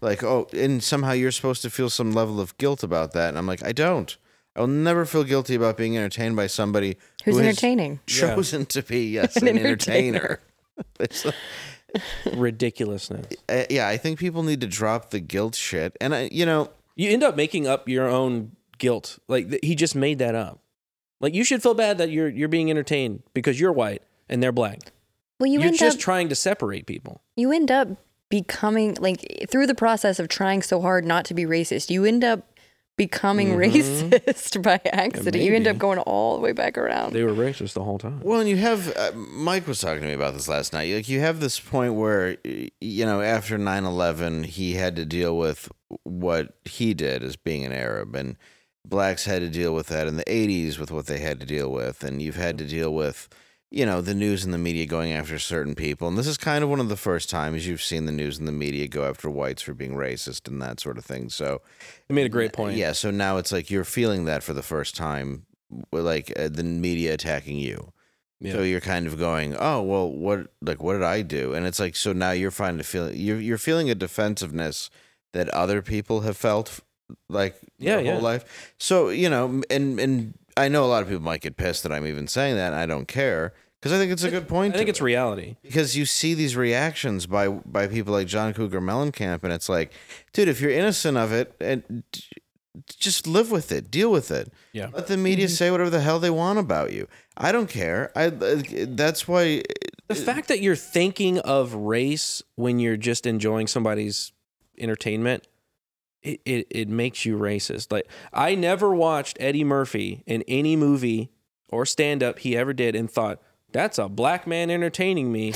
S2: Like, oh, and somehow you're supposed to feel some level of guilt about that, and I'm like, I don't. I will never feel guilty about being entertained by somebody
S3: Who's
S2: who has
S3: entertaining?
S1: Yeah.
S2: chosen to be yes, an,
S3: An
S2: entertainer.
S3: entertainer.
S2: It's like-
S1: Ridiculousness.
S2: uh, yeah, I think people need to drop the guilt shit, and I, you know,
S1: You end up making up your own guilt. Like th- he just made that up. Like you should feel bad that you're you're being entertained because you're white and they're black.
S3: Well, you
S1: You are
S3: end
S1: just
S3: up
S1: trying to separate people.
S3: you end up becoming like through the process of trying so hard not to be racist, you end up becoming
S2: Mm-hmm.
S3: racist by accident. you end
S1: maybe.
S3: up going all the way back around.
S1: were racist the whole time.
S2: Well, and you have uh, Mike was talking to me about this last night. Like you have this point where y- you know after 9/11 he had to deal with what he did as being an Arab and blacks had to deal with that in the 80s with what they had to deal with and you've had to deal with you know the news and the media going after certain people and this is kind of one of the first times you've seen the news and the media go after whites for being racist and that sort of thing. So
S1: He made a great point.
S2: uh, yeah, so now it's like you're feeling that for the first time, w- like uh, the media attacking you. So you're kind of going, oh well, what like what did I do? And it's like so now you're finding to feel you're you're feeling a defensiveness that other people have felt like
S1: Yeah,
S2: their whole
S1: yeah.
S2: life. So you know, and and I know a lot of people might get pissed that I'm even saying that. And I don't care because I think it's a good
S1: I
S2: point.
S1: think
S2: to
S1: it's
S2: it
S1: reality.
S2: because you see these reactions by by people like John Cougar Mellencamp, and it's like, dude, if you're innocent of it, and d- just live with it, deal with it.
S1: Yeah.
S2: Let the media say whatever the hell they want about you. I don't care. I uh, that's why.
S1: The fact that you're thinking of race when you're just enjoying somebody's entertainment, it, it, it makes you racist. Like I never watched Eddie Murphy in any movie or stand up he ever did and thought, that's a black man entertaining me.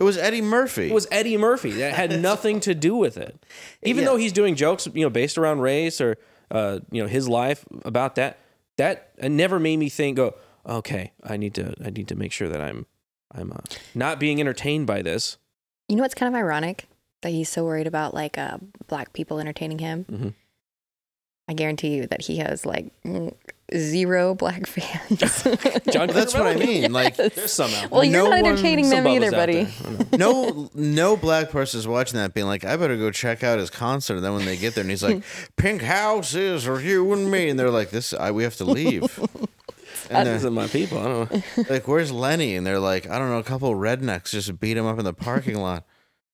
S2: It was Eddie Murphy.
S1: It was Eddie Murphy that had nothing to do with it. Even
S2: Yeah.
S1: though he's doing jokes, you know, based around race or uh, you know his life about that. That it never made me think. Go, okay, I need to. I need to make sure that I'm. I'm uh, not being entertained by this.
S3: You know what's kind of ironic that he's so worried about like uh, black people entertaining him.
S1: Mhm.
S3: I guarantee you that he has like mm, zero black fans.
S1: John,
S2: Well, that's what I
S1: Cougar Mellencamp.
S2: mean. Like
S1: There's some out.
S3: well, you're
S2: No
S3: not
S2: one-
S1: there.
S3: entertaining
S1: Some
S3: them
S1: bubbles
S3: either,
S1: out
S3: buddy.
S1: there. I know.
S2: no no black person is watching that being like i better go check out his concert and then when they get there and he's like pink houses or you and me and they're like this I, we have to leave and
S1: This
S2: they're-
S1: isn't my people. I don't know.
S2: like, where's Lenny? And they're like, I don't know, a couple of rednecks just beat him up in the parking lot.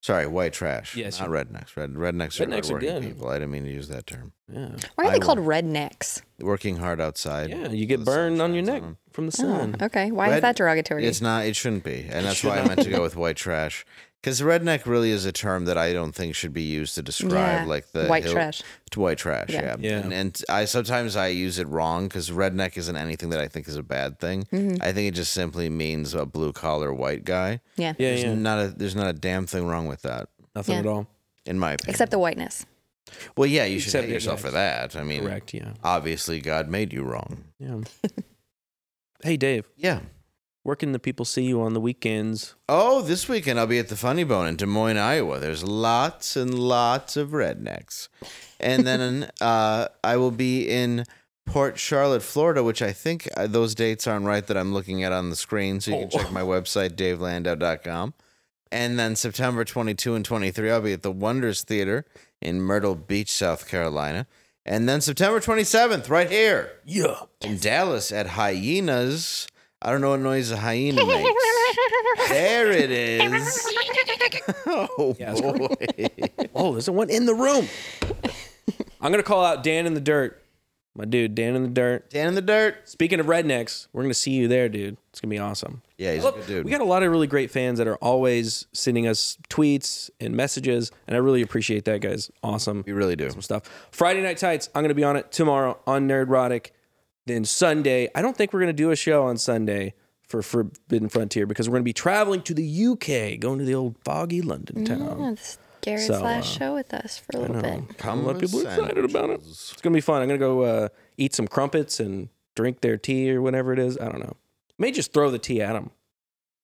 S2: Sorry, white trash.
S1: Yes,
S2: not rednecks. Red rednecks
S1: Rednecks
S2: are rednecks
S1: are
S2: working
S1: good.
S2: people. I didn't mean to use that term.
S3: Why are
S2: I
S3: they called rednecks?
S2: Working hard outside.
S1: Yeah, you get
S2: The sun
S1: burned on your
S2: shines
S1: neck
S2: them.
S1: from the sun.
S3: Oh, Okay, why
S2: Red-
S3: is that derogatory?
S2: It's not. It shouldn't be. And that's why I meant to go with white trash. Because redneck really is a term that I don't think should be used to describe
S3: Yeah.
S2: like the
S3: White trash.
S2: To white trash, yeah.
S3: Yeah.
S1: Yeah.
S2: And, and I sometimes I use it wrong because redneck isn't anything that I think is a bad thing.
S3: Mm-hmm. Mm.
S2: I think it just simply means a blue collar white guy.
S3: Yeah.
S1: Yeah,
S2: There's
S1: yeah.
S2: not a there's not a damn thing wrong with that,
S1: Nothing
S3: Yeah.
S1: at all.
S2: in my opinion.
S3: Except the whiteness.
S2: well, yeah, you should
S1: Except
S2: hate yourself
S1: rednecks.
S2: for that. I mean,
S1: Correct. Yeah.
S2: obviously God made you wrong.
S1: Yeah. hey, Dave,
S2: Yeah.
S1: where can the people see you on the weekends?
S2: Oh, this weekend I'll be at the Funny Bone in Des Moines, Iowa. There's lots and lots of rednecks. And then uh, I will be in Port Charlotte, Florida, which I think uh, those dates aren't right that I'm looking at on the screen. So you can check my website, davelandau.com. And then September 22 and 23, I'll be at the Wonders Theater in Myrtle Beach, South Carolina. And then September 27th, right here
S1: Yeah.
S2: in Dallas at Hyenas. I don't know what noise a hyena makes. there it is. Oh
S1: that's
S2: boy.
S1: Oh, there's one in the room. I'm gonna call out Dan in the dirt, my dude. Dan in the dirt.
S2: Dan in the dirt.
S1: Speaking of rednecks, we're gonna see you there, dude. It's gonna be awesome.
S2: Yeah, he's a good dude.
S1: We got a lot of really great fans that are always sending us tweets and messages, and I really appreciate that, guys. Awesome.
S2: we really do.
S1: some stuff. Friday Night Tights, I'm going to be on it tomorrow on Nerdrotic. Then Sunday, I don't think we're going to do a show on Sunday for Forbidden Frontier because we're going to be traveling to the UK, going to the old foggy London
S3: Yeah,
S1: town.
S3: it's Gary's
S1: So,
S3: last
S1: uh,
S3: show with us for a little bit.
S1: Come let
S2: with
S1: people excited about it.
S2: sandwiches.
S1: It's going to be fun. I'm going to go uh, eat some crumpets and drink their tea or whatever it is. I don't know. May just throw the tea at them.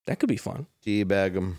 S1: That could be fun.
S2: Teabag him.